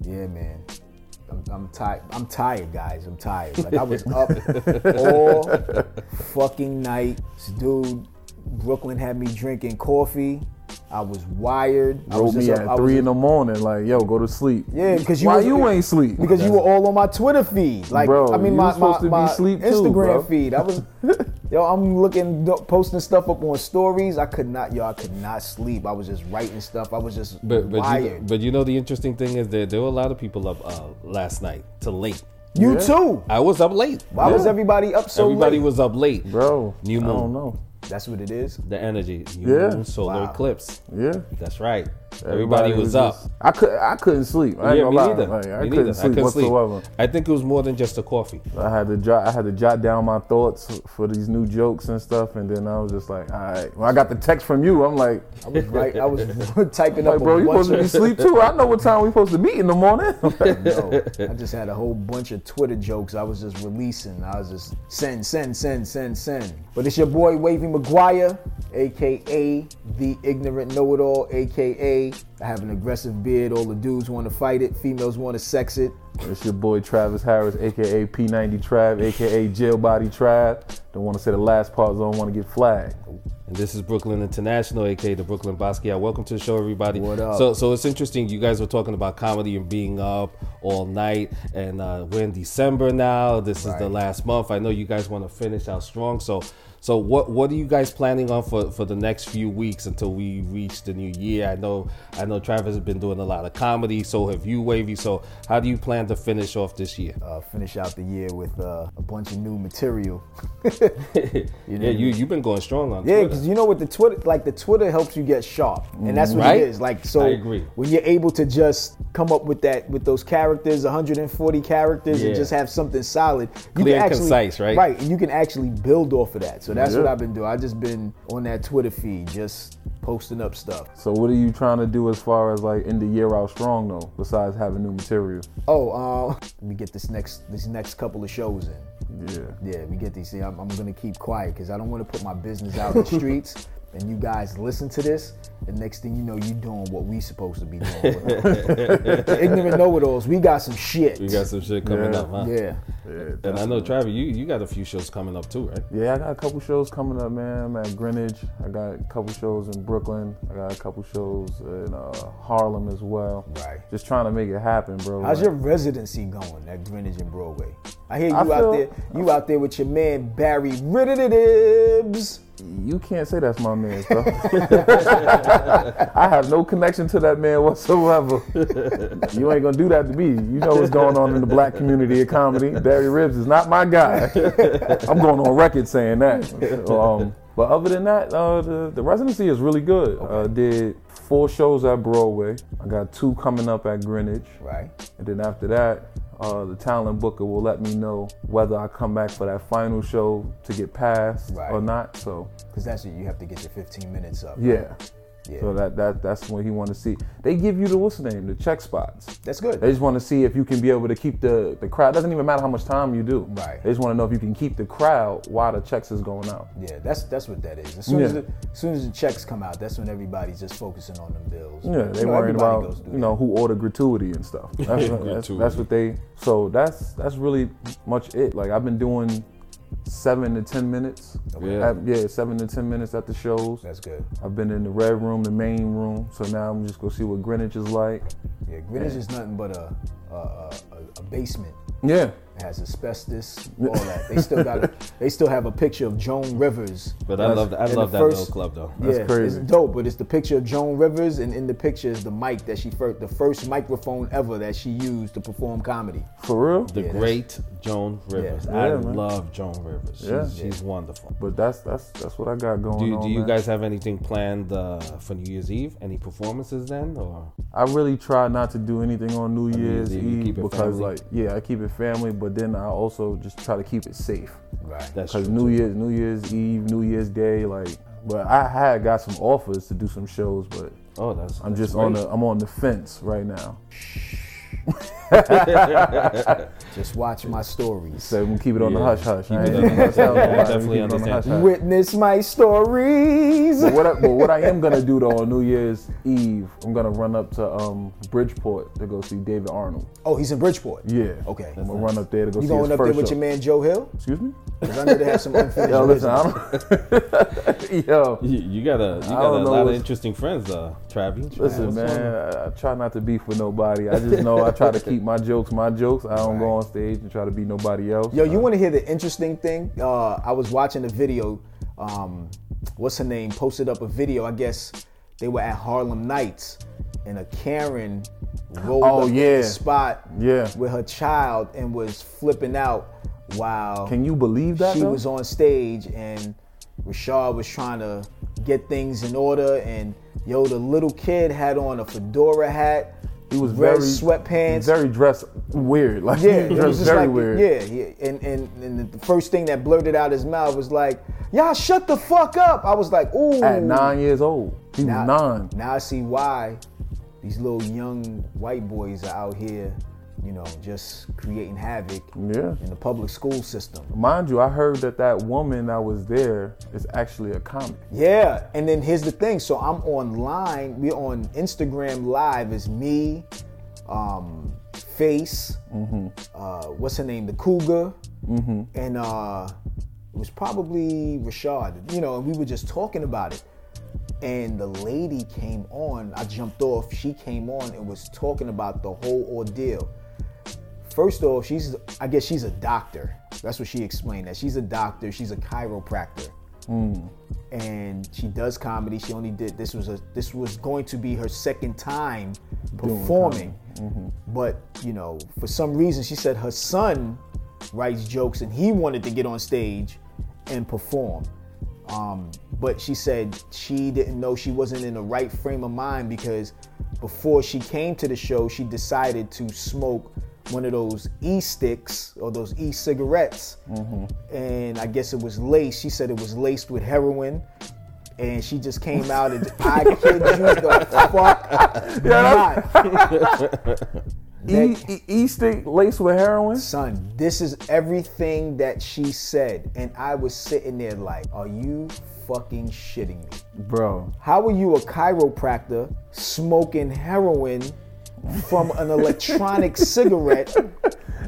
yeah, man. I'm, I'm tired. I'm tired, guys. I'm tired. Like I was up all fucking night, This dude. Brooklyn had me drinking coffee. I was wired. I was Wrote me just at up- I was three just- in the morning, like, yo, go to sleep. Yeah, because you why was- you ain't sleep? Because you were all on my Twitter feed. Like Bro, I mean you my, was supposed to my, be my asleep too, Instagram bro. feed. I was yo, I'm looking posting stuff up on stories. I could not yo, I could not sleep. I was just writing stuff. I was just But but you, wired. but you know the interesting thing is that there were a lot of people up uh, last night to late. you Yeah. too. I was up late. Why was Yeah. everybody up so everybody late? was up late, bro. New moon, I don't know. That's what it is. the energy, new Yeah. moon, solar Wow. eclipse. Yeah. That's right. Everybody, was, up. just- I could I couldn't sleep. I ain't yeah, gonna me lie. neither. Like, I me couldn't neither. sleep I couldn't sleep. whatsoever. I think it was more than just the coffee. I had to jot I had to jot down my thoughts for these new jokes and stuff, and then I was just like, all right. When I got the text from you, I'm like, I was right I was typing like up bro, a you bunch supposed to be of asleep too. I know what time we supposed to meet in the morning. no, I just had a whole bunch of Twitter jokes I was just releasing. I was just send, send, send, send, send. But it's your boy Wavy McGuire, aka the ignorant know-it-all, aka I have an aggressive beard. All the dudes want to fight it, females want to sex it. it's your boy Travis Harris, aka P90 Trav, aka Jailbody Trav. Don't want to say the last part, so I don't want to get flagged. And this is Brooklyn International, aka the Brooklyn Basquiat. Welcome to the show, everybody. What up? So, so it's interesting. You guys were talking about comedy and being up all night, and uh, we're in December now. This is the Right. last month. I know you guys want to finish out strong. So, so what what are you guys planning on for, for the next few weeks until we reach the new year? I know I know Travis has been doing a lot of comedy. So have you, Wavy. So how do you plan to finish off this year? Uh, finish out the year with uh, a bunch of new material. yeah, you you've been going strong on Yeah, Twitter. because you know what the Twitter like the Twitter helps you get sharp, and that's what Right? it is. Like so, I agree. when you're able to just come up with that with those characters, 140 characters, Yeah. and just have something solid, you Clear and concise, right? Right, and you can actually build off of that. So that's what Yeah. I've been doing. I've just been on that Twitter feed, just posting up stuff. So what are you trying to do as far as like end the year out strong though, besides having new material? Oh, uh, let me get this next this next couple of shows in. Yeah. Yeah, we get these. See, I'm, I'm gonna keep quiet because I don't want to put my business out in the streets. And you guys listen to this, and next thing you know, you doing what we supposed to be doing. the ignorant know-it-alls, we got some shit. we got some shit coming Yeah. up, huh? yeah. Yeah, And I know, Travis, you, you got a few shows coming up too, right? Yeah, I got a couple shows coming up, man. I'm at Greenwich. I got a couple shows in Brooklyn. I got a couple shows in uh, Harlem as well. Right. Just trying to make it happen, bro. How's Like, your residency going at Greenwich and Broadway? I hear you I out feel- there. You out there with your man Barry Riddidibs. You can't say that's my man, bro. I have no connection to that man whatsoever. you ain't gonna do that to me. You know what's going on in the black community of comedy. Barry Ribs is not my guy. I'm going on record saying that. Um, but other than that, uh, the, the residency is really good. Uh, did four shows at Broadway. I got two coming up at Greenwich, Right. and then after that. Uh, the talent booker will let me know whether I come back for that final show to get passed or Right. not. So Because that's what you have to get your 15 minutes up. yeah. Yeah. So that, that that's when he want to see. They give you the what's the name, the check spots. That's good. They just want to see if you can be able to keep the the crowd. Doesn't even matter how much time you do. Right. They just want to know if you can keep the crowd while the checks is going out. Yeah, that's that's what that is. As soon as, Yeah. the, as soon as the checks come out, that's when everybody's just focusing on them bills. Yeah, they You know, worried everybody about goes through you know who ordered gratuity and stuff. That's, what- that's, that's what they. So that's that's really much it. Like I've been doing seven to ten minutes. Okay. At- yeah, seven to ten minutes at the shows. that. That's good. I've been in the red room, the main room. So now I'm just gonna see what Greenwich is like. Yeah, Greenwich is nothing but a a, a, a- a basement. Yeah. It has asbestos, all that. They still got. A, they still have a picture of Joan Rivers. But I That's- love I and love the that little first- club though. That's yeah, crazy. it's dope, but it's the picture of Joan Rivers, and in the picture is the mic that she first, the first microphone ever that she used to perform comedy. For real? The great Joan Rivers. Yeah, I man. love Joan Rivers. She's, Yeah. she's wonderful. But that's that's that's what I got going Do you, on. do you man. guys have anything planned uh, for New Year's Eve? Any performances then, or I really try not to do anything on New Year's Eve, you Eve keep it because family? like yeah, I keep it family, but then I also just try to keep it safe. Right. that's Cause true. New Year's New Year's Eve, New Year's Day, like but I had got some offers to do some shows, but Oh, that's I'm that's just on great. the I'm on the fence right now. Just watch my stories. So we keep it on the Yeah. hush hush. Keep it on the hush-hush. Definitely understand. Witness my stories. But what, I, but what I am gonna do though on New Year's Eve, I'm gonna run up to um, Bridgeport to go see David Arnold. Oh, he's in Bridgeport. Yeah. Okay. I'm gonna run up there to go You see his going up first there with show. your man Joe Hill? Excuse me? Because I know they have some unfinished Yo, listen, business. I don't. Yo, You, you got a you got don't a know lot of what's- interesting friends, uh, though, Travi. listen, What's going on? man. I, I try not to beef with nobody. I just know I try to keep my jokes my jokes. I don't go on stage and try to be nobody else. Yo, you want to hear the interesting thing? Uh, I was watching a video. Um, what's her name? Posted up a video. I guess they were at Harlem Nights, and a Karen rolled Oh, up yeah. in the spot Yeah. with her child and was flipping out while Can you believe that? she though? was on stage and Rashad was trying to get things in order and yo the little kid had on a fedora hat. He was red very sweatpants. Very dressed weird. Like Yeah, he it was dressed just very like, weird. yeah, yeah, and, and and the first thing that blurted out his mouth was like, "Y'all shut the fuck up!" I was like, "Ooh." At nine years old, he was now, nine. Now I see why these little young white boys are out here, you know, just creating havoc Yeah. in the public school system. Mind you, I heard that that woman that was there is actually a comic. Yeah, and then here's the thing. So I'm online. We're on Instagram Live. It's me, um, Face. Uh, what's her name? The Cougar. And uh, it was probably Rashad. You know, and we were just talking about it. And the lady came on. I jumped off. She came on and was talking about the whole ordeal. First off, she's I guess she's a doctor. That's what she explained. That she's a doctor. She's a chiropractor and she does comedy. She only did this was a this was going to be her second time performing, but you know for some reason she said her son writes jokes and he wanted to get on stage and perform. Um, but she said she didn't know she wasn't in the right frame of mind because before she came to the show, she decided to smoke one of those e sticks or those e cigarettes. Mm-hmm. And I guess it was laced. She said it was laced with heroin. And she just came out and I kid you the fuck not. E, e, e stick laced with heroin. Son, this is everything that she said. And I was sitting there like, are you fucking shitting me? Bro, How are you a chiropractor smoking heroin from an electronic cigarette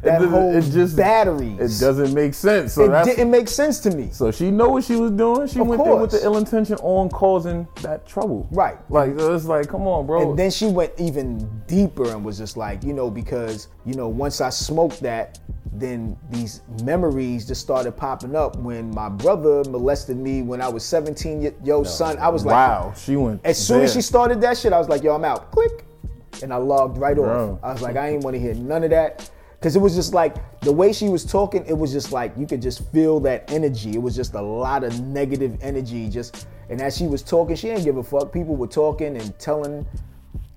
that doesn't- holds it just- batteries? it doesn't make sense. So It that's didn't make sense to me. so she know what she was doing. She Of went there with course. the ill intention on causing that trouble. Right. Like so it's like, come on, bro. And then she went even deeper and was just like, you know, because, you know, once I smoked that, then these memories just started popping up when my brother molested me when I was 17. Yo, son, I was like, wow, she went. As soon as there. she started that shit, I was like, yo, I'm out. Click. And I logged right Bro. off. I was like, I ain't want to hear none of that. Cause it was just like the way she was talking, it was just like you could just feel that energy. It was just a lot of negative energy. Just and as she was talking, she didn't give a fuck. People were talking and telling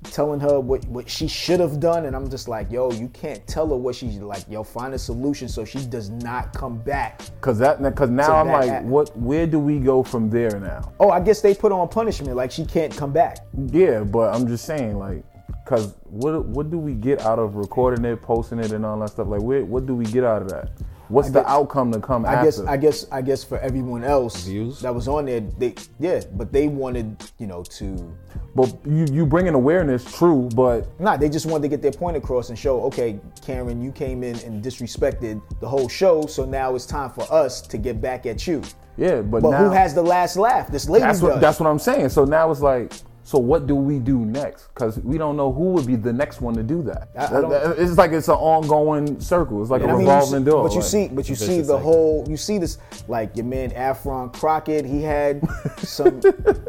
telling her what, what she should have done. And I'm just like, yo, you can't tell her what she's like, yo, find a solution so she does not come back. Cause that, cause now I'm that like, act. what? Where do we go from there now? Oh, I guess they put her on punishment, like she can't come back. Yeah, but I'm just saying, like, cause what what do we get out of recording it, posting it, and all that stuff? Like, where, what do we get out of that? What's the guess- outcome to come I guess after? I guess I guess for everyone else Views? that was on there, they yeah, but they wanted you know to but you you bring an awareness, true, but nah, they just wanted to get their point across and show okay, Karen, you came in and disrespected the whole show, so now it's time for us to get back at you. yeah, but, But now who has the last laugh? This lady that's what does. that's what I'm saying. So now it's like, so what do we do next? Cause we don't know who would be the next one to do that. I- I That- don't- that- it's like it's an ongoing circle. It's like And a I mean, you revolving see- door. But you like- see, but you see vicious the cycle. whole. You see this, like your man Afron Crockett. He had some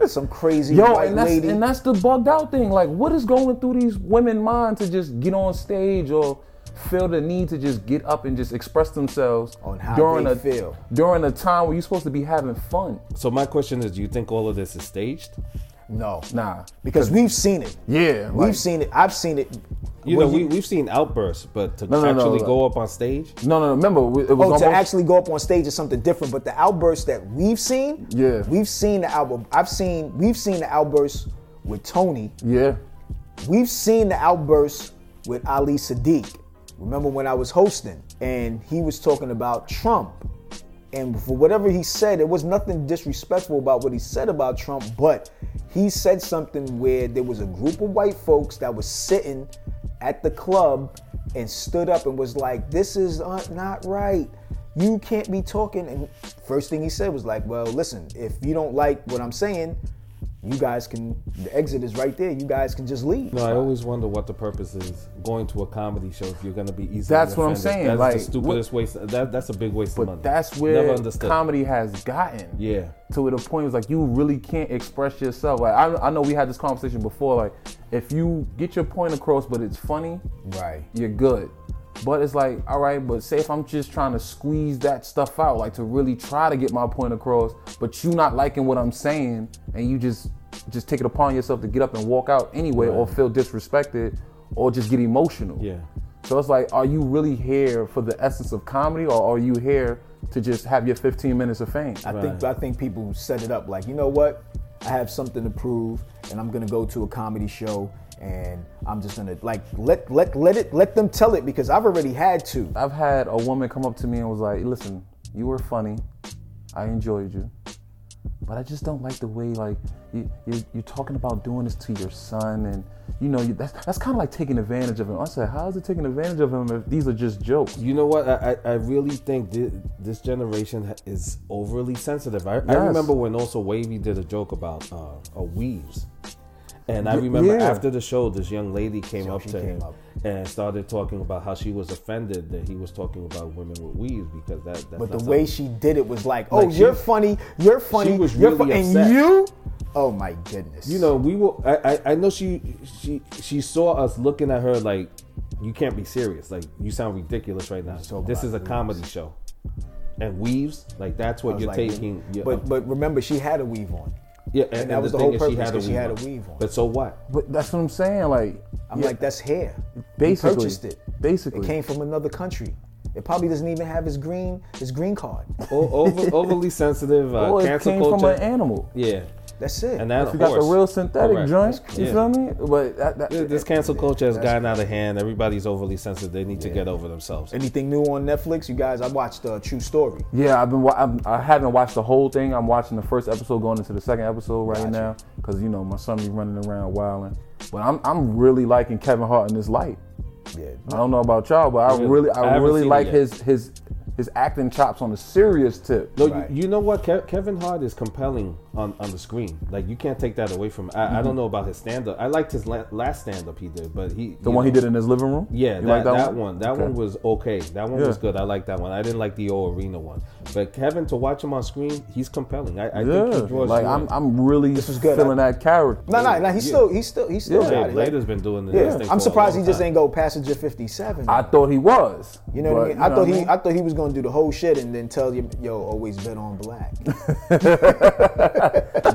some crazy Yo, white and that's, lady. and that's the bugged out thing. Like, what is going through these women mind to just get on stage or feel the need to just get up and just express themselves On how during they a feel. during a time where you're supposed to be having fun? So my question is, do you think all of this is staged? no, Nah, because we've seen it. yeah, like, We've seen it. I've seen it. You Well, know, we we've seen outbursts, but to No, no, no, actually no. go up on stage, no, no, no. Remember, we- it was Oh, almost to actually go up on stage is something different. But the outbursts that we've seen, Yeah. we've seen the album. I've seen we've seen the outbursts with Tony. yeah, We've seen the outbursts with Ali Sadiq. Remember when I was hosting and he was talking about Trump. And for whatever he said, it was nothing disrespectful about what he said about Trump, but he said something where there was a group of white folks that was sitting at the club and stood up and was like, This is uh, not right. You can't be talking. And first thing he said was like, Well, listen, if you don't like what I'm saying, you guys can, the exit is right there. You guys can just leave. No, I always wonder what the purpose is going to a comedy show if you're going to be easily. That's what I'm offended. saying, That's like, the stupidest waste. That, that's a big waste of money. But that's never where understood. comedy has gotten. Yeah. To the point, it's like you really can't express yourself. Like I, I know we had this conversation before. Like if you get your point across, but it's funny, Right. you're good. But it's like, all right, but say if I'm just trying to squeeze that stuff out, like to really try to get my point across, but you not liking what I'm saying, and you just just take it upon yourself to get up and walk out anyway, or feel disrespected, or just get emotional. Yeah. So it's like, are you really here for the essence of comedy, or are you here to just have your 15 minutes of fame? I think I think people set it up like, you know what? I have something to prove, and I'm gonna go to a comedy show, and I'm just gonna like let let let it let them tell it because I've already had to. I've had a woman come up to me and was like, "Listen, you were funny. I enjoyed you, but I just don't like the way like you, you you're talking about doing this to your son, and you know you, that's that's kind of like taking advantage of him." I said, "How is it taking advantage of him if these are just jokes?" You know what? I, I I really think thi- this generation ha- is overly sensitive. I, I Yes. remember when also Wavy did a joke about uh, a weaves. And I remember yeah. after the show, this young lady came up she to came him up. and started talking about how she was offended that he was talking about women with weaves because that. That's But not the way something- she did it was like, oh, Like, she- you're funny, you're funny, was you're really funny, upset. and you, oh my goodness, you know, we will. I, I I know she she she saw us looking at her like, you can't be serious. Like you sound ridiculous right now. talking This about is a comedy show, and weaves like that's what I was you're like, taking. you're- But but remember, she had a weave on. Yeah, and, And that was the thing whole is purpose, 'cause she had a weave on. But so what? But that's what I'm saying. Like, I'm yeah, like, that's hair. basically, he purchased it. basically, It came from another country. It probably doesn't even have his green his green card. O- over, overly sensitive. Uh, or Oh, it cancel came culture. from an animal. yeah, That's it. and that You got the real synthetic Correct. joint. You Yeah. feel me? But that, that, This cancel culture has gotten out of hand. Everybody's overly sensitive. They need to get over themselves. Anything new on Netflix, you guys? I watched uh, True Story. Yeah, I've been. Wa- I'm, I haven't watched the whole thing. I'm watching the first episode going into the second episode right Gotcha. now because you know my son be running around wilding. But I'm I'm really liking Kevin Hart in this light. Yeah, I don't know about y'all, but I Really? really I I, haven't really seen it like yet. his his his acting chops on a serious tip. No, Right. you, you know what? Ke- Kevin Hart is compelling on, on the screen. Like you can't take that away from. I, I Mm-hmm. don't know about his stand up. I liked his la- last stand up he did, but he the one he did in his living room. Yeah, You that, like that, one? one? That Okay. one was okay. That one Yeah. was good. I like that one. I didn't like the old arena one. But Kevin, to watch him on screen, he's compelling. I, I think he Yeah, draws like you I'm in. I'm really was good. feeling that character. No, no, no. He's Yeah. still, he's still, he's still. Yeah, got Blade, it. Blade has been doing this. yeah. thing for I'm a surpassenger long he just time. ain't go passenger 57. I thought he was. you know what I but mean? I you know thought what he, I thought he was gonna do the whole shit and then tell you, yo, always bet on black.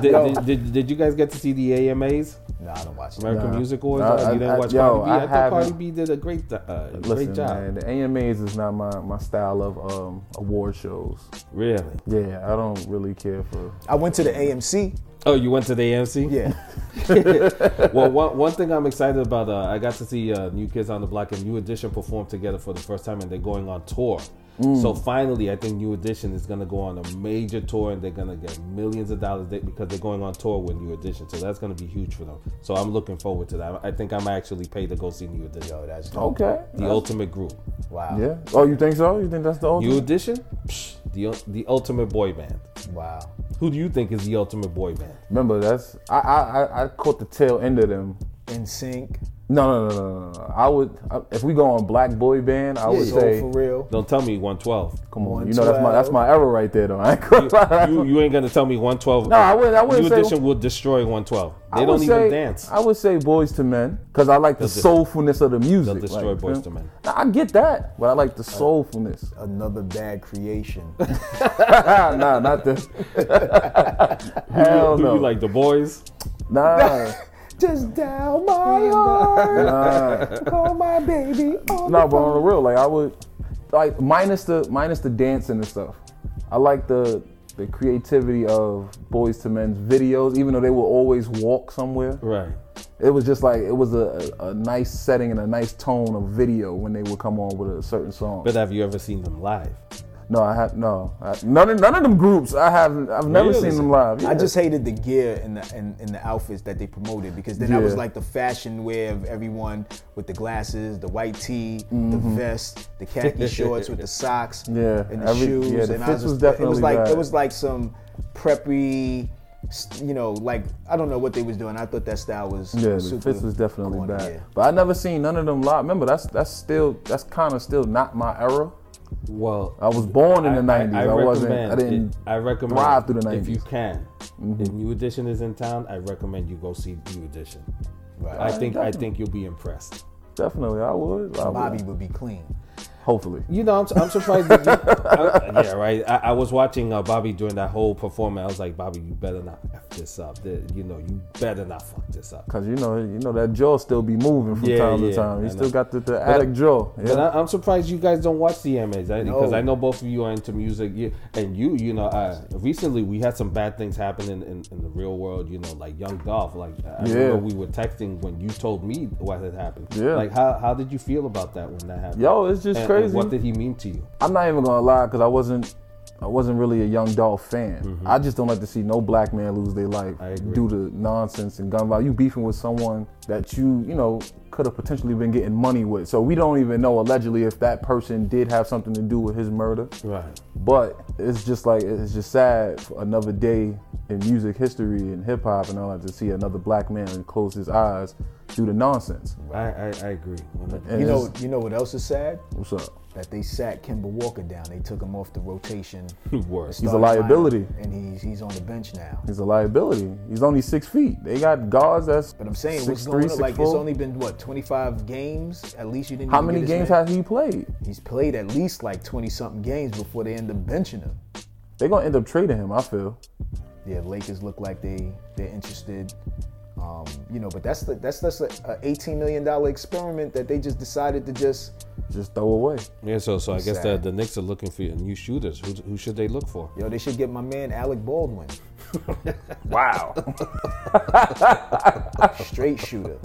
Did, did, did, did you guys get to see the AMAs, nah, I don't watch that. American Music Awards? Nah, you I- didn't I- watch yo, Cardi B. I, I thought Cardi haven't. B did a great, uh, Listen, great job. man, the AMAs is not my, my style of um, award shows. Really? Yeah, I don't really care for. I went to the AMC. Oh, you went to the AMC? Yeah, well, one, one thing I'm excited about, uh, I got to see uh, New Kids on the Block and New Edition perform together for the first time, and they're going on tour. So finally, I think New Edition is going to go on a major tour, and they're going to get millions of dollars they- because they're going on tour with New Edition. So that's going to be huge for them. So I'm looking forward to that. I think I'm actually paid to go see New Edition. yo, that's Okay. The ultimate group. wow, Yeah. Oh, you think so? You think that's the old? New Edition, Psh, the ul- the ultimate boy band. wow. Who do you think is the ultimate boy band? Remember, that's I, I I- I caught the tail end of them. In sync, No, no, no, no, no, no. I would I, if we go on black boy band, I would so say, for real. Don't tell me 112. come on, you know that's my that's my error right there though. I ain't gonna lie. you, you ain't gonna tell me 112. No, I wouldn't- I wouldn't New say- Edition will destroy 112. They I don't would even say- dance. I would say Boys to Men because I like the dis- soulfulness of the music. destroy like, Boyz feel- II Men. Nah, I get that, but I like the soulfulness. Another bad creation. nah, not the. Hell Do no. you like the boys? nah, Just down my heart, nah. call my baby. on No, the but phone. on the real, like I would, like minus the minus the dancing and stuff. I like the the creativity of Boys to Men's videos, even though they will always walk somewhere. Right. it was just like it was a, a, a nice setting and a nice tone of video when they would come on with a certain song. But have you ever seen them live? no, I have no I, none of none of them groups. I haven't. I've never Really? seen them live. I just hated the gear and the and, and the outfits that they promoted because then that was Yeah. like the fashion wear of everyone with the glasses, the white tee, the vest, the khaki shorts with the socks, Mm-hmm. Yeah, and the every- shoes. yeah, the and fits was definitely it was like bad. it was like some preppy, you know, like I don't know what they was doing. I thought that style was Yeah, was the super fits was definitely corny, bad. yeah. But I never seen none of them live. Remember, that's that's still that's kind of still not my era. Well, I was born in the nineties. I, wasn't. I recommend didn't. it- I recommend thrive through the Mm-hmm. If you 90s. can, if New Edition is in town, I recommend you go see New Edition. Right. I think I think you'll be impressed. Definitely, I would. I would. Bobby would be clean. Hopefully. You know, I'm, I'm surprised. that you, I, yeah, right. I, I was watching uh, Bobby during that whole performance. I was like, Bobby, you better not f this up. Th- you know, you better not fuck this up. Cause you know, you know that jaw still be moving from Yeah, time yeah, to time. I You know. still got the, the attic jaw. Yeah. But I, I'm surprised you guys don't watch the MAs I, because No. I know both of you are into music. You, and you, you know, uh, recently we had some bad things happen in, in, in the real world. You know, like Young Dolph. Like I Yeah. remember we were texting when you told me what had happened. Yeah. Like how, how did you feel about that when that happened? Yo, it's just And- and crazy. what did he mean to you? I'm not even gonna lie, cause I wasn't, I wasn't really a Young Dolph fan. I just don't like to see no black man lose their life Mm-hmm. I agree. due to nonsense and gun violence. You beefing with someone that you, you know, could have potentially been getting money with. So we don't even know allegedly if that person did have something to do with his murder. Right. But it's just like it's just sad for another day in music history and hip hop and all that to see another black man close his eyes due to nonsense. I, I, I agree. And You it's- know, you know what else is sad? what's up? That they sat Kimber Walker down. They took him off the rotation. Worse. He's a starting liability. lineup, and he's he's on the bench now. He's a liability. He's only six feet. They got guards that's. But I'm saying, what's 6'3", going on? Like, 6'4"? it's only been what 25 games. At least you didn't. How even many get his name. games has he played? he's played? At least like 20 something games before they end up benching him. They're gonna end up trading him. I feel. Yeah, Lakers look like they they're interested. Um, you know, but that's the, that's that's a, a 18 million dollar experiment that they just decided to just Just throw away. Yeah, so so I guess the, Sad. the Knicks are looking for new shooters. Who, who should they look for? yo. They should get my man Alec Baldwin, Wow. straight shooter.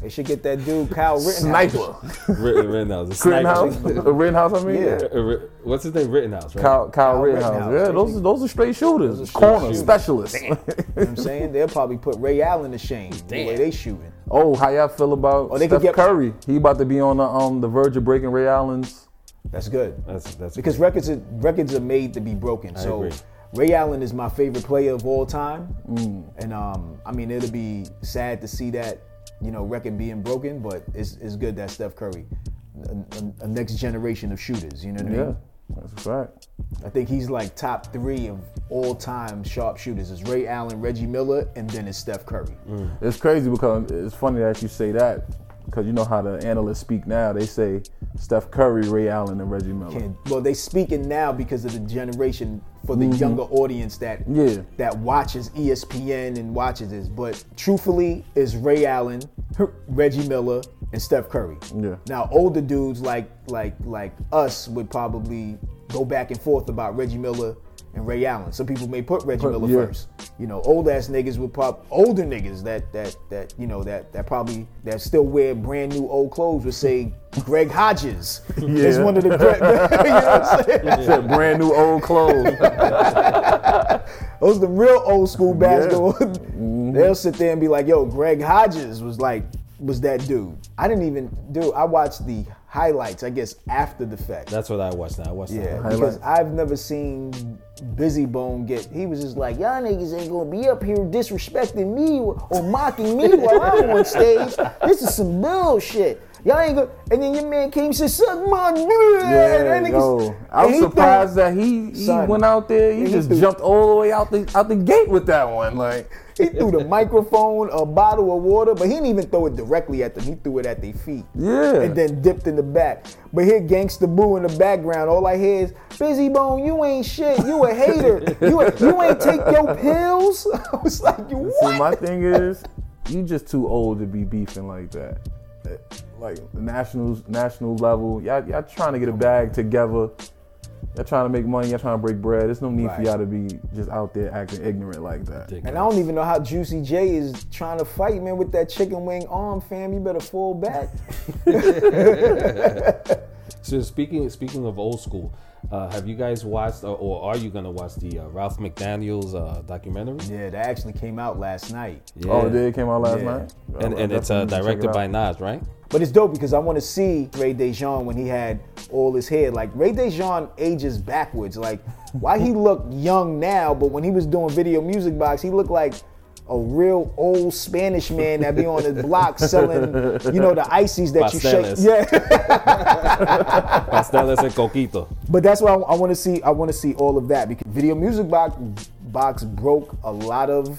They should get that dude Kyle Rittenhouse. Sniper. Ri- Rittenhouse. the sniper. Rittenhouse. Rittenhouse. I mean. Yeah. Uh, Ri- What's his name? Rittenhouse, right? Kyle, Kyle, Rittenhouse. Rittenhouse. Yeah, those are those are straight shooters. are straight Corner shooters. specialists. You know what I'm saying they'll probably put Ray Allen to shame the way they shooting. oh, how y'all feel about they could get- Steph Curry? He about to be on the um the verge of breaking Ray Allen's. That's good. That's that's because records are, records are made to be broken. so agree. Ray Allen is my favorite player of all time, and um, I mean it'll be sad to see that you know record being broken, but it's, it's good that Steph Curry, a, a- a next generation of shooters. You know what I Yeah, mean? that's a fact. I think he's like top three of all time sharpshooters. It's Ray Allen, Reggie Miller, and then it's Steph Curry. It's crazy because it's funny that you say that because you know how the analysts speak now. They say Steph Curry, Ray Allen, and Reggie Miller. And, well, they speaking now because of the generation for the younger audience that Mm-hmm. Yeah. that watches E ESPN and watches this. But truthfully, it's Ray Allen, Reggie Miller, and Steph Curry. Yeah. Now older dudes like like like us would probably go back and forth about Reggie Miller and Ray Allen. Some people may put Reggie Miller yeah. first. You know, old ass niggas would pop older niggas that that that you know that that probably that still wear brand new old clothes would say Greg Hodges is Yeah. one of the great. you know what I'm saying? Said brand new old clothes. Those the real old school basketball. Mm-hmm. They'll sit there and be like, "Yo, Greg Hodges was like, was that dude?" I didn't even do. I watched the highlights, I guess, after the fact. that's what I watched now. I watched yeah, that. because I've never seen Busy Bone get. He was just like, "Y'all niggas ain't gonna be up here disrespecting me or mocking me while I'm on stage. This is some bullshit." Y'all ain't gonna. And then your man came and said, "Suck my dick." Yeah, That niggas- yo, and I'm he threw- surprised that he, he Son. went out there. He, He just threw- jumped all the way out the out the gate with that one. Like, He threw the microphone, a bottle of water, but he didn't even throw it directly at them. He threw it at their feet. Yeah. And then dipped in the back. But here, Gangsta Boo in the background. All I hear is, Busy Bone, you ain't shit. You a hater. You, a- you ain't take your pills. I was like, you see, what? my thing is, you just too old to be beefing like that. Eh, Like national national level, y'all y'all trying to get a bag together. Y'all trying to make money. Y'all trying to break bread. There's no need for Right. y'all to be just out there acting ignorant like that. And I don't even know how Juicy J is trying to fight, man, with that chicken wing arm, fam. You better fall back. So speaking speaking of old school, uh, have you guys watched or, or are you gonna watch the uh, Ralph McDaniel's uh, documentary? yeah, that actually came out last night. Oh, it did? Came out last Yeah. night? And, I- I and it's definitely uh, need to check it directed out. by Nas, right? But it's dope because I want to see Ray DeJean when he had all his hair. Like Ray DeJean ages backwards. Like why he look young now, but when he was doing video music box, he looked like a real old Spanish man that be on the block selling, you know, the ices that Pasteles. you shake. Yeah. Pasteles and Coquito. But that's why I, want to see. I want to see all of that because video music box box broke a lot of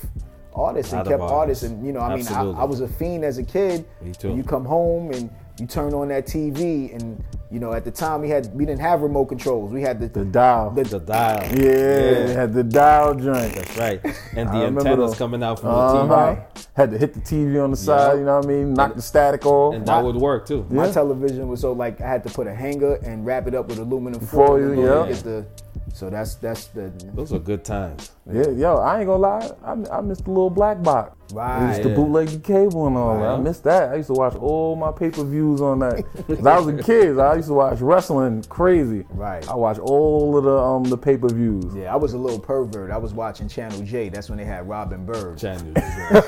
artists Lot and of kept artists. artists. And you know, I mean, I, Absolutely. I was a fiend as a kid. Me too. You come home and you turn on that TV, and you know, at the time we had we didn't have remote controls. We had the, The dial. The dial. yeah, they had the dial joint. That's right. And I the remember antennas those. coming out from the TV. Uh-huh. Had to hit the TV on the side, you know what I mean? Knock the static off. And that would work too. my television was so like I had to put a hanger and wrap it up with aluminum Foil, foil. in order to yeah. get the- so that's that's the Those are good times. Yeah, yo, I ain't gonna lie, I, I missed the little black box. I used right. to bootleg the cable and all that. I Right. missed that. I used to watch all my pay per views on that. 'Cause I was a kid, I used to watch wrestling crazy. Right. I watched all of the um the pay per views. Yeah, I was a little pervert. I was watching Channel J. That's when they had Robin Bird. Channel. Remember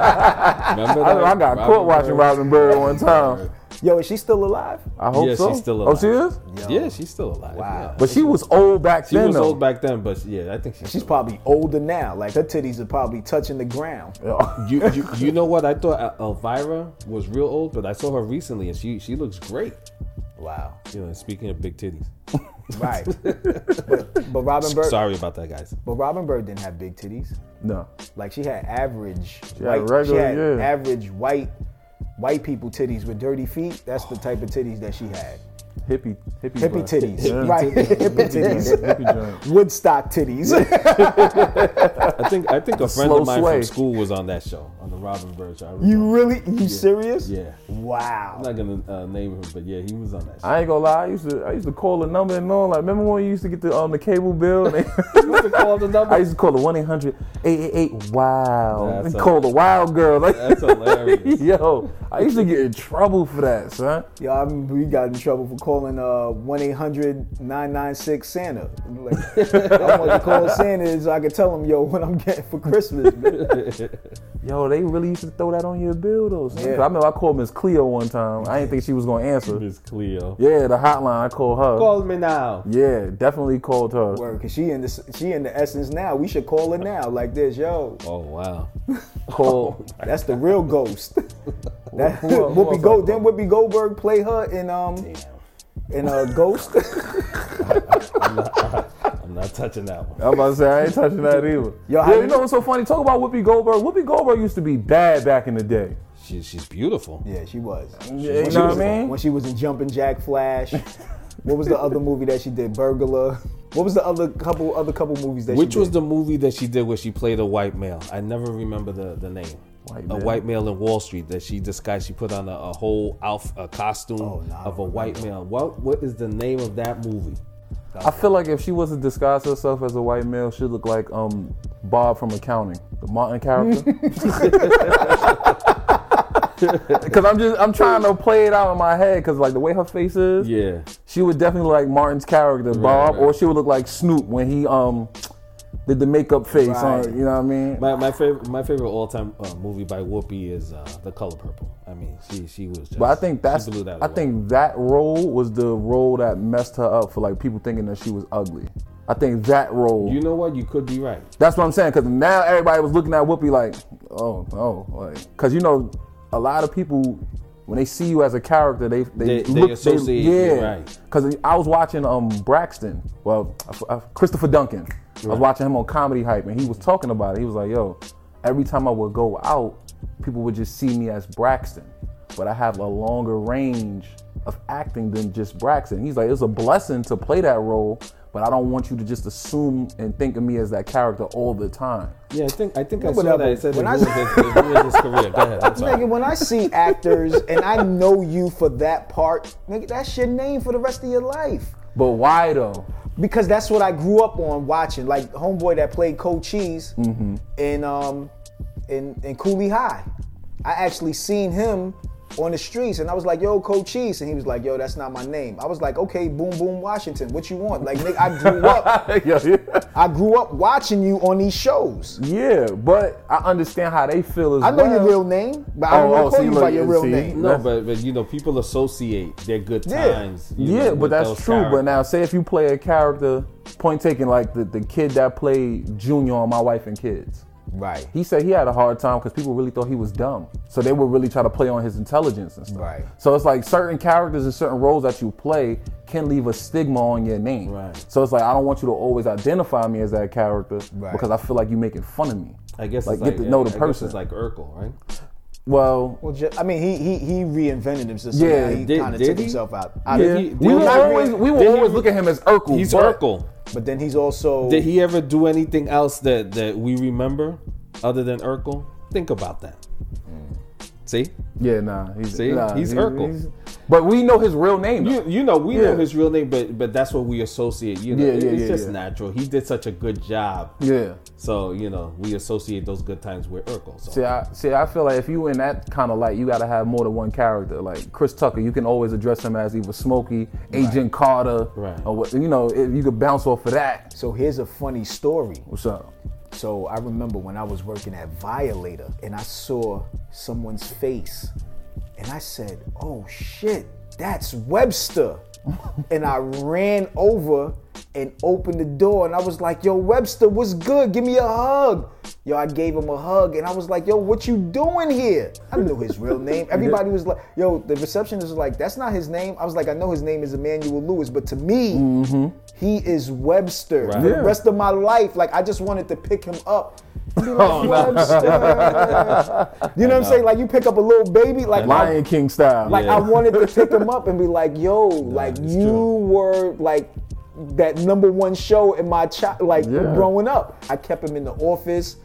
I, that? I got caught watching Robin Bird one time. Yo, is she still alive? I hope Yeah, so. she's still Oh, she alive. is. Yeah, she's still alive. Wow. Yeah. But she was old back She then. was though. old back then, but yeah, I think she's. She's still- probably older now. Like her titties are probably touching the ground. Yeah. You, you, you know what? I thought El- Elvira was real old, but I saw her recently, and she she looks great. Wow. You know, speaking of big titties. Right. but, but Robin Bird Sorry about that, guys. but Robin Bird didn't have big titties. No. Like she had average had regular, she had yeah. average white white people titties with dirty feet. That's the type of titties that she had. Hippie hippie Hippie butt. titties. Yeah. Right. Hippie Yeah, titties. hippie joint. Woodstock titties. I think I think a friend Slow of mine sway. from school was on that show on the Robin Bird show. I remember. you really you serious? Yeah. Wow. I'm not gonna uh, name him, but yeah, he was on that. Show. I ain't gonna lie, I used to I used to call the number and all. Like, remember when you used to get the um the cable bill? And they- You have to call the number. I used to call the one 800 888 Wow. That's And a- call the Wild Girl. Like, That's hilarious. yo, I used to get in trouble for that, son. Yo, I remember we got in trouble for calling uh 1-800-996-SANTA. Like, I wanted to call Santa so I could tell him, yo, what I'm getting for Christmas, man. Yo, they really used to throw that on your bill though. Son. 'Cause Yeah. I remember I called Miss Cleo one time. I didn't think she was gonna answer. Miss Cleo. Yeah, the hotline I called her. Call me now. Yeah, definitely called her. Word, cause she in the she in the essence now. We should call her now, like this, yo. Oh wow. Call That's the real ghost. That Who- who else Whoopi I Go call? then Whoopi Goldberg play her in um in a ghost. I'm not touching that one. I'm about to say I ain't touching that either. Yo, how yeah, you you- know what's so funny? Talk about Whoopi Goldberg. Whoopi Goldberg used to be bad back in the day. She, she's beautiful. yeah, she was. You When she know was- what I mean? When she was in Jumping Jack Flash. what was the other movie that she did? Burglar. What was the other couple other couple movies that Which she was did? the movie that she did where she played a white male? I never remember the, the name. White a male? white male in Wall Street that she disguised. She put on a, a whole outf- a costume Oh, no, I of a don't white male. What what is the name of that movie? I feel like if she wasn't disguised herself as a white male, she'd look like um Bob from accounting, the Martin character. Cause I'm just I'm trying to play it out in my head, cause like the way her face is, Yeah, she would definitely look like Martin's character, Bob, right. or she would look like Snoop when he um did the makeup face Right. on, you know what I mean? my, my favorite my favorite all time uh, movie by Whoopi is uh, The Color Purple. I mean, she she was. Just, But I think that's blew that I away. think that role was the role that messed her up for like people thinking that she was ugly. I think that role. you know what you could be right. that's what I'm saying. Because now everybody was looking at Whoopi like, oh, oh, like, because you know, a lot of people when they see you as a character, they They- they, they look associate you, yeah. right. Because I was watching um Braxton, well, uh, Christopher Duncan. I was watching him on Comedy Hype, and he was talking about it. He was like, yo, every time I would go out, people would just see me as Braxton, but I have a longer range of acting than just Braxton. He's like, it's a blessing to play that role. But I don't want you to just assume and think of me as that character all the time. Yeah, I think I think I saw whatever. that. It said it When I- ruined, his, it ruined his career. Go ahead. I'm sorry. Nigga, when I see actors and I know you for that part, nigga, that's your name for the rest of your life. But why though? because that's what I grew up on watching. Like homeboy that played Cold Cheese Mm-hmm. in um in in Cooley High. I actually seen him on the streets and I was like, yo, Cold Cheese. And he was like, yo, that's not my name. I was like, okay, boom boom Washington, what you want? Like nigga, I grew up Yo, yeah. I grew up watching you on these shows. yeah, but I understand how they feel as I know well. your real name, but I don't Oh, wanna oh, call see, you look, by your real see. name. No, That's- but, but you know, people associate their good Yeah. times. you know, Yeah, but with that's those true. But characters. now, say if you play a character, point taken, like the, the kid that played Junior on My Wife and Kids. Right. He said he had a hard time because people really thought he was dumb. So they would really try to play on his intelligence and stuff. Right. So it's like certain characters and certain roles that you play can leave a stigma on your name. Right. So it's like I don't want you to always identify me as that character Right. because I feel like you're making fun of me. I guess like it's get to know I the guess person. It's like Urkel, right? Well, Well, Ju- I mean, he he he reinvented himself. Yeah, Yeah, he did- kind of did took he? himself out. out Did of- he- we will not re- always we did will he- always look at him as Urkel. He's but- Urkel. But then he's also Did he ever do anything else that that we remember other than Urkel? Think about that. Mm. See, Yeah, nah. He's, See? nah, He's Urkel. but we know his real name. though. you you know we know Yeah. his real name, but but that's what we associate. You know, Yeah, It- yeah, it's yeah, just yeah. natural. He did such a good job. Yeah. So you know we associate those good times with Urkel. So. See, I see. I feel like if you in that kind of light, you gotta have more than one character. Like Chris Tucker, you can always address him as either Smokey, Agent Carter, Right. or what. You know, if you could bounce off of that. So here's a funny story. What's up? So I remember when I was working at Violator and I saw someone's face and I said, oh shit, that's Webster. and I ran over and opened the door and I was like, yo, Webster, what's good? Give me a hug. Yo, I gave him a hug and I was like, yo, what you doing here? I knew his real name. Everybody was like, yo, the receptionist was like, that's not his name. I was like, I know his name is Emmanuel Lewis, but to me, he is Webster. Right. For the Yeah. rest of my life, like I just wanted to pick him up. Be like, Webster. you know what I'm saying? Like you pick up a little baby, like I, Lion King style. like Yeah. I wanted to pick him up and be like, yo, like it's you true. were like that number one show in my child, like Yeah. growing up. I kept him in the office.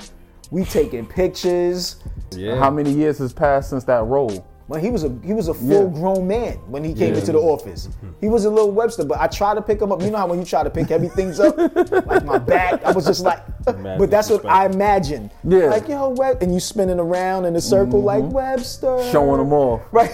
We taking pictures. yeah. How many years has passed since that role? When he was a he was a full grown man when he came Yeah. into the office. He was a little Webster, but I tried to pick him up. You know how when you try to pick everything's up, like my back, I was just like. Mad But that's what disrespect. I imagined. Yeah. Mm-hmm. Like yo, Web, and you spinning around in a circle like Webster, Showing them off. right.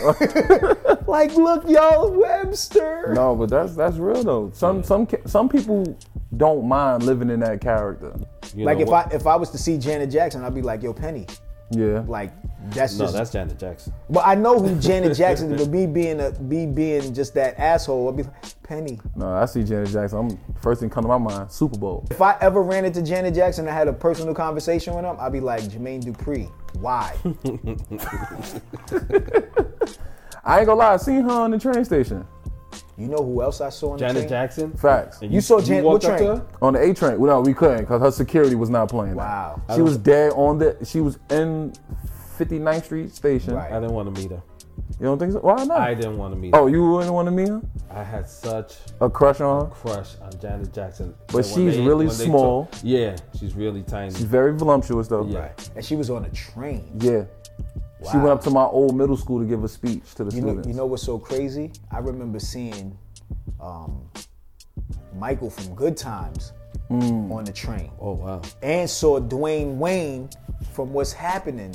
like look, yo, Webster. No, but that's that's real though. Some some ca- some people don't mind living in that character. You Like know if what? I if I was to see Janet Jackson, I'd be like, yo, Penny. Yeah. Like that's no, just that's Janet Jackson. But I know who Janet Jackson is, but me being a me being just that asshole, I'd be like, Penny. No, I see Janet Jackson. I'm first thing come to my mind. Super Bowl. If I ever ran into Janet Jackson and I had a personal conversation with him, I'd be like, Jermaine Dupree, why? I ain't gonna lie. I seen her on the train station. you know who else I saw in the Janet train? Jackson. Facts. And You saw Jan- what walked up to train? her? On the A train. Well, no, we couldn't because her security was not playing. that. Wow. She was dead on the. She was in 59th Street Station. Right. I didn't want to meet her. You don't think so? Why not? I didn't want to meet her. oh, you wouldn't want to meet her? I had such A crush on her? crush on Janet Jackson. But So when she's really when they small. took- yeah, she's really tiny. She's very voluptuous though. yeah. And she was on a train. Yeah. She Wow. went up to my old middle school to give a speech to the You know, students. you know what's so crazy? I remember seeing um, Michael from Good Times on the train. Oh wow. And saw Dwayne Wayne from What's Happening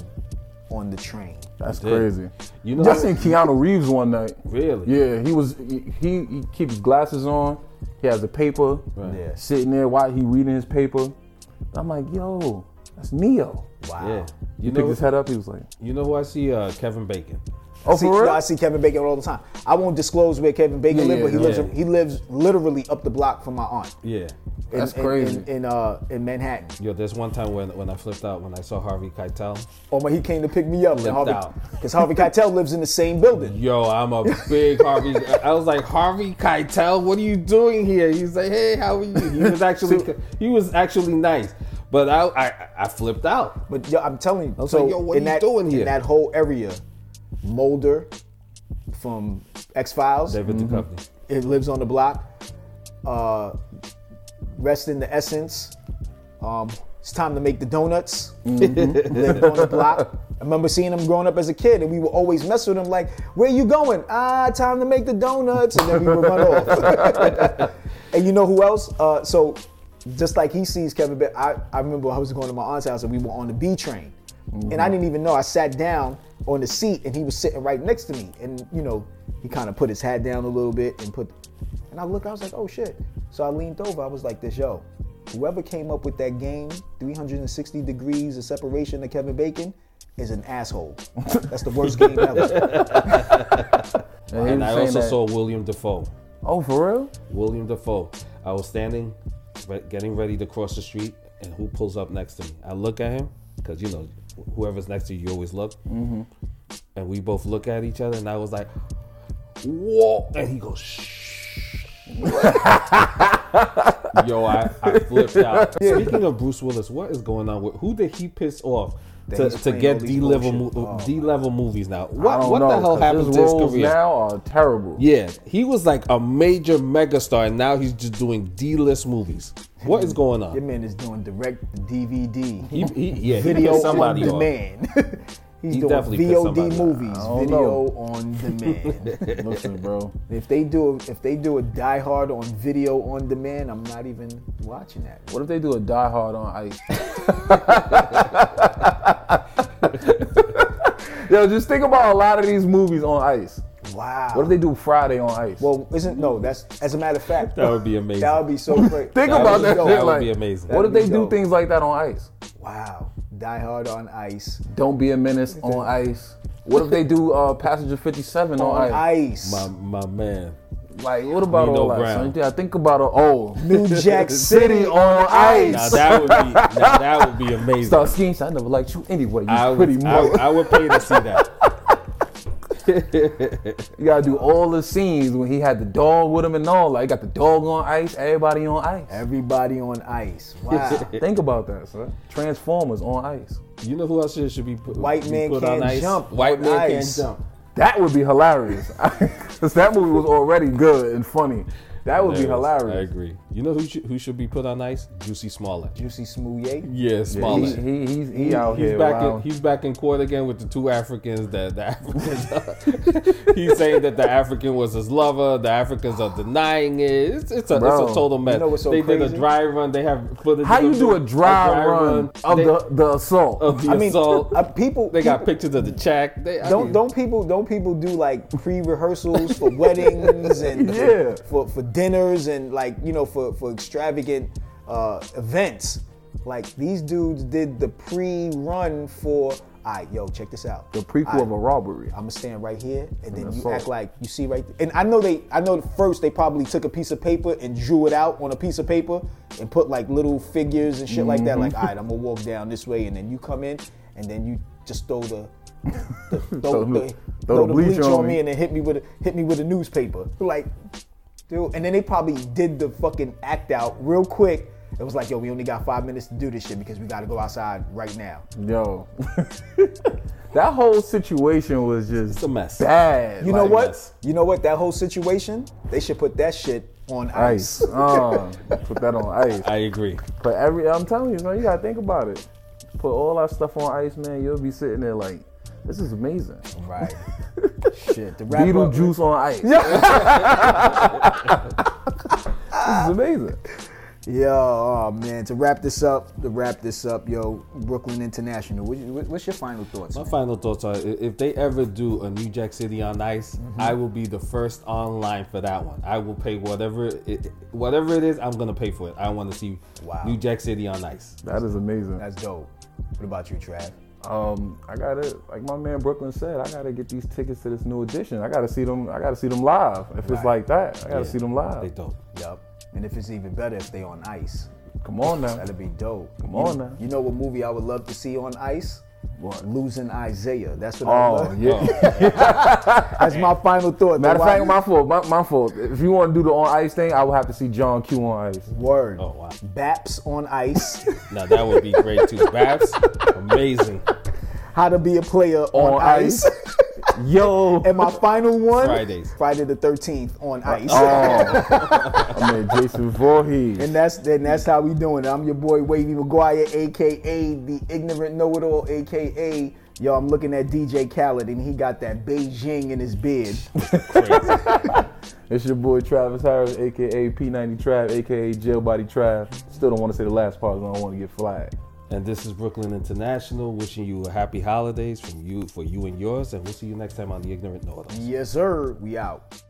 on the train. That's Yeah. crazy. You know, I seen Keanu Reeves one night. really? Yeah, he was. He, he, he keeps glasses on. He has a paper. Right. Yeah. Sitting there while he reading his paper. I'm like, yo, that's Neo. Wow. Yeah. He You picked know, his head up. He was like, you know who I see? Uh, Kevin Bacon. oh, See, for yo, real? I see Kevin Bacon all the time. I won't disclose where Kevin Bacon Yeah, lives, but he yeah, lives yeah. he lives literally up the block from my aunt. Yeah. in- That's in- crazy. In, in, uh, in Manhattan. Yo, there's one time when when I flipped out when I saw Harvey Keitel. Or when he came to pick me up. Flipped out. Because Harvey Keitel lives in the same building. Yo, I'm a big Harvey. I was like, Harvey Keitel, what are you doing here? He's like, Hey, how are you? He was actually he was actually nice, but I I, I flipped Mm-hmm. out. But yo, I'm telling you, like, so yo, what in you that doing here? in that whole area, Mulder from X Files, David Duchovny. it lives on the block. Uh, rest in the essence. Um, It's time to make the donuts. Lived on the block. I remember seeing them growing up as a kid, and we would always mess with them like, "Where you going? Ah, time to make the donuts," and then we would run off. and you know who else? Uh, so just like he sees Kevin Bacon, I, I remember I was going to my aunt's house and we were on the B train. And Mm. I didn't even know. I sat down on the seat and he was sitting right next to me. And, you know, he kind of put his hat down a little bit and put, and I looked, I was like, oh shit. So I leaned over. I was like, this, yo, whoever came up with that game, 360 degrees of separation to Kevin Bacon, is an asshole. That's the worst game ever. he And was saying I also that- saw William Defoe. Oh, for real? William Defoe. I was standing, re- getting ready to cross the street, and who pulls up next to me? I look at him, because, you know, whoever's next to you, you always look. Mm-hmm. And we both look at each other, and I was like, whoa. And he goes, shh. Yo, I, I flipped out. Speaking of Bruce Willis, what is going on with who did he piss off to, he's to playing get all these D level bullshit. Oh, my D level movies now? I What don't what know, the hell 'cause happened his to his roles career? now are terrible. Yeah, he was like a major megastar, and now he's just doing D-list movies. What is going Your on? man is doing direct to DVD. He, he, yeah, he video pissed somebody on off. demand. He's He doing definitely pissed somebody VOD off. movies, I don't video know. on demand. Listen, bro. if they do, if they do a Die Hard on video on demand, I'm not even watching that. What if they do a Die Hard on ice? Yo, just think about a lot of these movies on ice. Wow. What if they do Friday on ice? Well, isn't no? That's as a matter of fact. That would be amazing. That would be so great. think that about would- that. that shit, would like, be amazing. What if That'd be they do dope. things like that on ice? Wow. Die Hard on ice. Don't be a menace on ice. What if they do uh, Passenger 57 on, On ice? ice. My, my man. Like, what about Nino all that? son? Brown. Yeah, think about it oh, all. New Jack City on Now ice. that would be now that would be amazing. Start skiing. I never liked you anyway. You I pretty would, I, much. would- I would pay to see that. You gotta do all the scenes when he had the dog with him and all. Like, got the dog on ice, everybody on ice. Everybody on ice. Wow. Think about that, son. Transformers on ice. You know who else should, should be put, White be man put on can't ice? jump. White on man ice. can't jump. That would be hilarious. 'Cause that movie was already good and funny. That would be Yes, I hilarious. agree. You know who should, who should be put on ice? Juicy Smollett. Juicy Smouye. Yeah, He, Smollett. he, he's, he out he's here. back wow. in he's back in court again with the two Africans that the Africans he's saying that the African was his lover, the Africans are denying it. It's, it's a Bro, it's a total mess. know what's so they did a crazy? dry run, they have footage. How of you them do a doing dry, run, of They- the, the assault? of the I mean, assault. uh, people. they got people- pictures of the check. They, I Don't mean, don't people don't people do like pre rehearsals for weddings and Yeah. for for dinners and like you know for for extravagant uh, events? Like these dudes did the pre run for. All right, yo, check this out. the prequel of a robbery. I'm gonna stand right here, and then you assault. act like you see right. And I know they, I know first they probably took a piece of paper and drew it out on a piece of paper and put like little figures and shit like that. Like, all right, I'm gonna walk down this way, and then you come in, and then you just throw the, the throw, the- the, throw the bleach, on me, and then hit me with a, hit me with a newspaper. Like, dude, and then they probably did the fucking act out real quick. It was like, yo, we only got five minutes to do this shit because we gotta go outside right now. Yo. that whole situation was it's a just mess. bad. You know like, what? this. You know what? That whole situation, they should put that shit on ice. Ice. Uh, put that on ice. I agree. But every I'm telling you, man, you gotta think about it. Put all our stuff on ice, man. You'll be sitting there like, this is amazing. Right. shit. The wrap up, Beetlejuice on ice. this is amazing. Yo, oh man. To wrap this up, to wrap this up, yo, Brooklyn International. What, what- what's your final thoughts? My man? final thoughts are: i- if they ever do a New Jack City on Ice, Mm-hmm. I will be the first online for that one. I will pay whatever it, whatever it is. I'm gonna pay for it. I want to see Wow. New Jack City on Ice. That is amazing. That's dope. What about you, Trav? Um, I gotta, like my man Brooklyn said, I gotta get these tickets to this new edition. I gotta see them. I gotta see them live. If it's Right. like that, I gotta Yeah, see them They live. dope. Yup. And if it's even better if they on ice, Come on now. that'd be dope. Come on now. You know what movie I would love to see on ice? What? Losing Isaiah. That's what I Oh love. yeah. That's my final thought. Matter of Why- fact, my fault. My, my fault. If you want to do the on ice thing, I will have to see John Q on ice. word. Oh wow. Baps on ice. Now that would be great too. Babs, amazing. How to be a player on, On ice. ice. Yo. And my final one Fridays. Friday the 13th on ice. Oh. I mean, Jason Voorhees. And that's and that's how we doing it. I'm your boy Wavy McGuire, aka the ignorant know-it-all, aka yo. I'm looking at DJ Khaled, and he got that Beijing in his beard. It's your boy Travis Harris, aka P90 Tribe, aka Jailbody Tribe. Still don't want to say the last part, 'cause I don't want to get flagged. And this is Brooklyn International wishing you a happy holidays from you for you and yours, and we'll see you next time on the Ignorant Know yes, sir. We out.